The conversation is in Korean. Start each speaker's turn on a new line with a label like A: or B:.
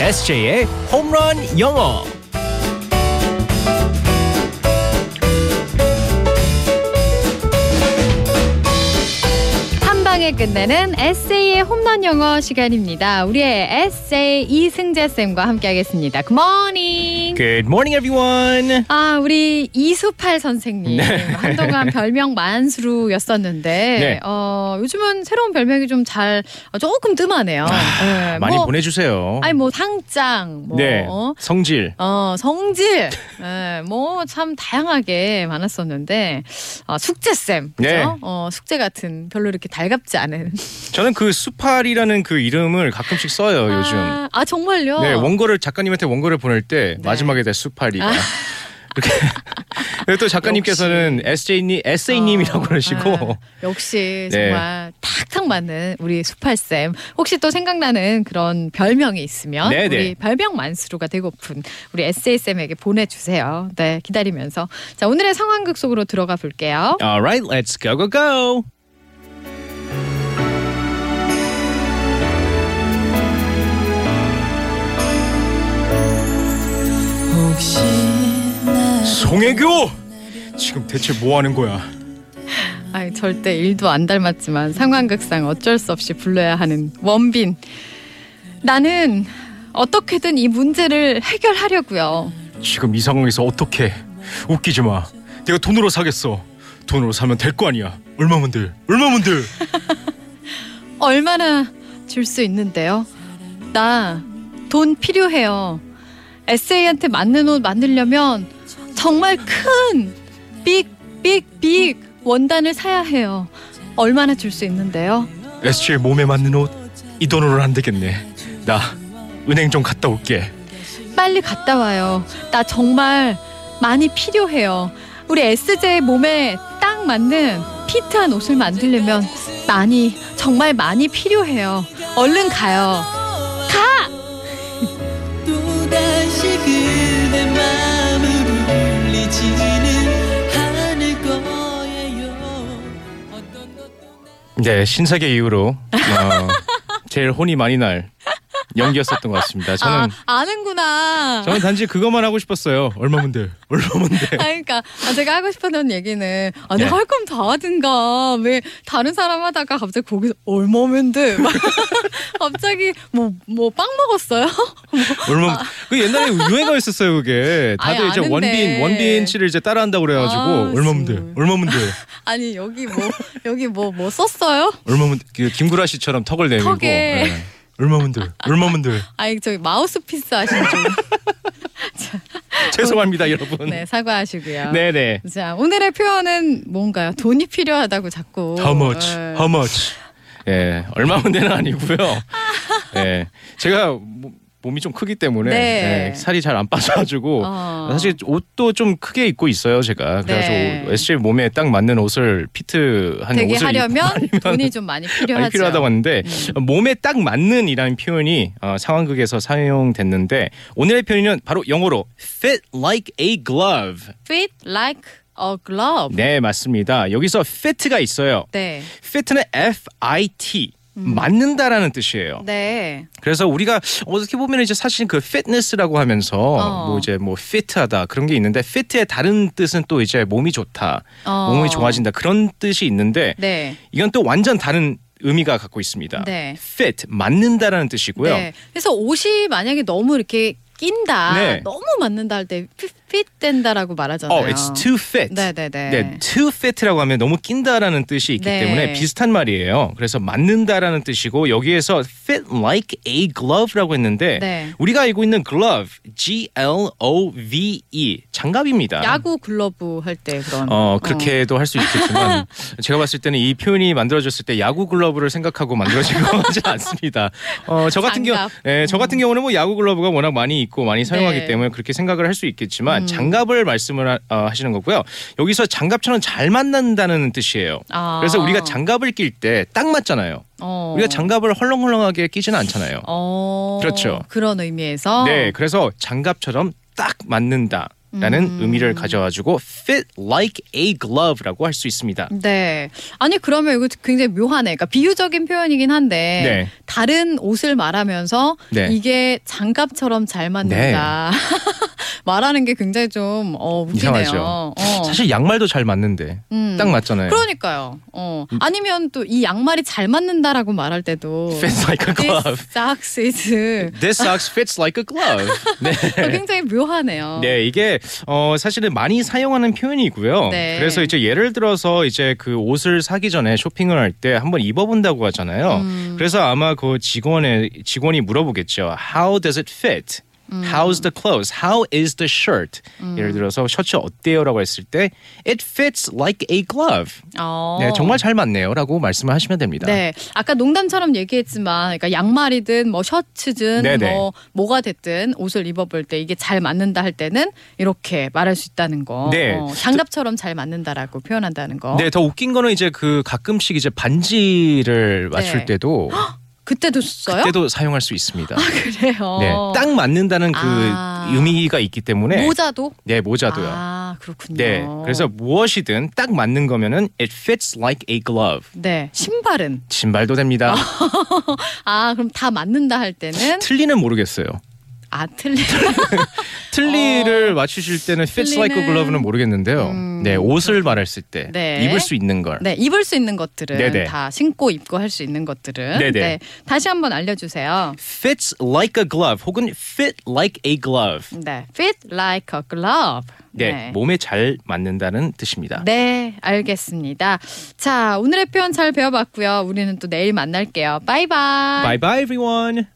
A: SJ의 홈런 영어.
B: 한 방에 끝내는 에세이의 홈런 영어 시간입니다. 우리의 에세이 이승재 쌤과 함께하겠습니다. Good morning.
A: Good morning, everyone.
B: 아, 우리 이수팔 선생님 한동안 별명 만수루였었는데
A: 네.
B: 어, 요즘은 새로운 별명이 좀 잘 조금 뜸하네요. 네,
A: 아, 많이
B: 뭐,
A: 보내주세요.
B: 아니 뭐 상장, 뭐
A: 네, 성질.
B: 어, 성질, 뭐 참 다양하게 많았었는데 어, 숙제 쌤, 그죠?
A: 네.
B: 어, 숙제 같은 별로 이렇게 달갑지 않은
A: 저는 그 수팔이라는 그 이름을 가끔씩 써요 요즘.
B: 아, 아, 정말요?
A: 네, 원고를 작가님한테 원고를 보낼 때
B: 네.
A: 마지막에 다 수팔이가. 이렇게. 그리고 또 작가님께서는 SJ님, SA님이라고
B: 어,
A: 그러시고.
B: 아, 역시
A: 네.
B: 정말 탁탁 맞는 우리 수팔쌤. 혹시 또 생각나는 그런 별명이 있으면
A: 네, 네.
B: 우리 별명 만수루가 되고픈 우리 SA쌤에게 보내주세요. 네, 기다리면서. 자, 오늘의 상황극 속으로 들어가 볼게요.
A: Alright, let's go, go, go. 송혜교! 지금 대체 뭐 하는 거야?
B: 아이, 절대 일도 안 닮았지만 상황극상 어쩔 수 없이 불러야 하는 원빈. 나는 어떻게든 이 문제를 해결하려고요.
A: 지금 이 상황에서 어떻게? 웃기지 마. 내가 돈으로 사겠어. 돈으로 사면 될 거 아니야. 얼마면 돼? 얼마면 돼?
B: 얼마나 줄 수 있는데요? 나 돈 필요해요. 에세이한테 맞는 옷 만들려면 정말 큰 빅, 빅, 빅 원단을 사야 해요. 얼마나 줄 수 있는데요?
A: SJ 몸에 맞는 옷. 이 돈으로는 안 되겠네. 나 은행 좀 갔다 올게.
B: 빨리 갔다 와요. 나 정말 많이 필요해요. 우리 S제의 몸에 딱 맞는 피트한 옷을 만들려면 많이, 정말 많이 필요해요. 얼른 가요.
C: 또다시 그대 마음을 울리지는 않을 거예요 어떤 것도
A: 네, 신사계 이후로 어, 제일 혼이 많이 날 연기였었던 것 같습니다. 저는
B: 아, 아는구나.
A: 저는 단지 그것만 하고 싶었어요. 얼마면 돼? 얼마면 돼?
B: 아, 그러니까 아, 제가 하고 싶었던 얘기는 아니
A: 네.
B: 할 거면 다 하든가 왜 다른 사람 하다가 갑자기 거기서 얼마면 돼? 막 갑자기 뭐 뭐 빵 먹었어요?
A: 얼마? 그 옛날에 유행어 있었어요 그게. 다들
B: 아니,
A: 이제
B: 아는데.
A: 원빈 원빈 씨를 이제 따라한다고 그래가지고
B: 아,
A: 얼마면 돼?
B: 정말.
A: 얼마면 돼?
B: 아니 여기 뭐 여기 뭐 뭐 썼어요?
A: 얼마면 돼? 그 김구라 씨처럼 턱을 내밀고.
B: 턱에.
A: 네. 얼마면 돼? 얼마면 돼?
B: 아니 저기 마우스피스 하신 분
A: 죄송합니다 여러분.
B: 네, 사과하시고요.
A: 네네.
B: 자 오늘의 표현은 뭔가요? 돈이 필요하다고 자꾸. 네.
A: How much?
B: 에,
A: How much? 예, 얼마 문제는 아니고요. 예, 제가 모- 몸이 좀 크기 때문에
B: 네.
A: 예, 살이 잘 안 빠져가지고
B: 어.
A: 사실 옷도 좀 크게 입고 있어요 제가. 그래가지고
B: 네.
A: SJ 몸에 딱 맞는 옷을 피트한 옷을
B: 되게
A: 입고
B: 하려면 돈이 좀 많이 필요하죠.
A: 많이 필요하다고 하는데
B: 음.
A: 몸에 딱 맞는이라는 표현이 어, 상황극에서 사용됐는데 오늘의 표현은 바로 영어로 fit like a glove.
B: Fit like a glove.
A: 네 맞습니다. 여기서 fit가 있어요.
B: 네.
A: fit는 F-I-T. 맞는다라는 뜻이에요.
B: 음. 네.
A: 그래서 우리가 어떻게 보면 이제 사실 그 fitness라고 하면서
B: 어.
A: 뭐 이제 뭐 fit하다 그런 게 있는데 fit의 다른 뜻은 또 이제 몸이 좋다,
B: 어.
A: 몸이 좋아진다 그런 뜻이 있는데
B: 네.
A: 이건 또 완전 다른 의미가 갖고 있습니다.
B: 네.
A: fit 맞는다라는 뜻이고요.
B: 네. 그래서 옷이 만약에 너무 이렇게 낀다,
A: 네.
B: 너무 맞는다 할 때 핏된다라고 말하잖아요.
A: Oh, it's too fit.
B: 네네네.
A: 네, too fit라고 하면 너무 낀다라는 뜻이 있기
B: 네.
A: 때문에 비슷한 말이에요. 그래서 맞는다라는 뜻이고 여기에서 fit like a glove라고 했는데
B: 네.
A: 우리가 알고 있는 glove, G L O V E 장갑입니다.
B: 야구 글러브 할 때 그런.
A: 어 그렇게도 할 수 있겠지만 제가 봤을 때는 이 표현이 만들어졌을 때 야구 글러브를 생각하고 만들어진 것 같지 않습니다. 어저 같은 경우,
B: 장갑. 음.
A: 예, 저 같은 경우는 뭐 야구 글러브가 워낙 많이 있고 많이 사용하기
B: 네. 음.
A: 때문에 그렇게 생각을 할 수 있겠지만 장갑을 말씀을 하, 어, 하시는 거고요. 여기서 장갑처럼 잘 만난다는 뜻이에요.
B: 아.
A: 그래서 우리가 장갑을 낄 때 딱 맞잖아요.
B: 어.
A: 우리가 장갑을 헐렁헐렁하게 끼지는 않잖아요.
B: 어.
A: 그렇죠.
B: 그런 의미에서.
A: 네, 그래서 장갑처럼 딱 맞는다. 라는
B: 음.
A: 의미를 가져와주고 fit like a glove라고 할 수 있습니다.
B: 네. 아니 그러면 이거 굉장히 묘하네. 그러니까 비유적인 표현이긴 한데
A: 네.
B: 다른 옷을 말하면서
A: 네.
B: 이게 장갑처럼 잘 맞는다. 말하는 게 굉장히 좀 어, 웃기네요.
A: 이상하죠.
B: 어.
A: 사실 양말도 잘 맞는데
B: 음.
A: 딱 맞잖아요.
B: 그러니까요. 어. 아니면 또 이 양말이 잘 맞는다라고 말할 때도
A: fits like a glove.
B: This socks is
A: This socks fits like a glove. 네.
B: 굉장히 묘하네요.
A: 네, 이게 어 사실은 많이 사용하는 표현이고요.
B: 네.
A: 그래서 이제 예를 들어서 이제 그 옷을 사기 전에 쇼핑을 할 때 한번 입어본다고 하잖아요.
B: 음.
A: 그래서 아마 그 직원의 직원이 물어보겠죠. How does it fit?
B: 음.
A: How's the clothes? How is the shirt? 예를 들어서 셔츠 어때요라고 했을 때 it fits like a glove.
B: 어.
A: 네, 정말 잘 맞네요라고 말씀을 하시면 됩니다.
B: 네, 아까 농담처럼 얘기했지만, 그러니까 양말이든 뭐 셔츠든
A: 네네.
B: 뭐 뭐가 됐든 옷을 입어볼 때 이게 잘 맞는다 할 때는 이렇게 말할 수 있다는 거.
A: 네.
B: 어, 장갑처럼 잘 맞는다라고 표현한다는 거.
A: 네, 더 웃긴 거는 이제 그 가끔씩 이제 반지를 맞출
B: 네.
A: 때도
B: 그때도 써요?
A: 그때도 사용할 수 있습니다.
B: 그래요.
A: 네, 딱 맞는다는 그
B: 아.
A: 의미가 있기 때문에
B: 모자도.
A: 네 모자도요.
B: 아 그렇군요.
A: 네, 그래서 무엇이든 딱 맞는 거면은 it fits like a glove.
B: 네 신발은
A: 신발도 됩니다.
B: 아 그럼 다 맞는다 할 때는
A: 틀리는 모르겠어요.
B: 아 틀리.
A: 틀리를 맞추실 때는 fits
B: 어. 틀리는-
A: like a glove는 모르겠는데요.
B: 음,
A: 네, 옷을 말했을 때
B: 네.
A: 입을 수 있는 걸.
B: 네 입을 수 있는 것들은
A: 네네.
B: 다 신고 입고 할 수 있는 것들은
A: 네네.
B: 네 다시 한번 알려주세요.
A: fits like a glove 혹은 fit like a glove.
B: 네, fit like a glove.
A: 네, 몸에 잘 맞는다는 뜻입니다.
B: 네, 알겠습니다. 자, 오늘의 표현 잘 배워봤고요. 우리는 또 내일 만날게요. 바이바이.
A: Bye bye everyone.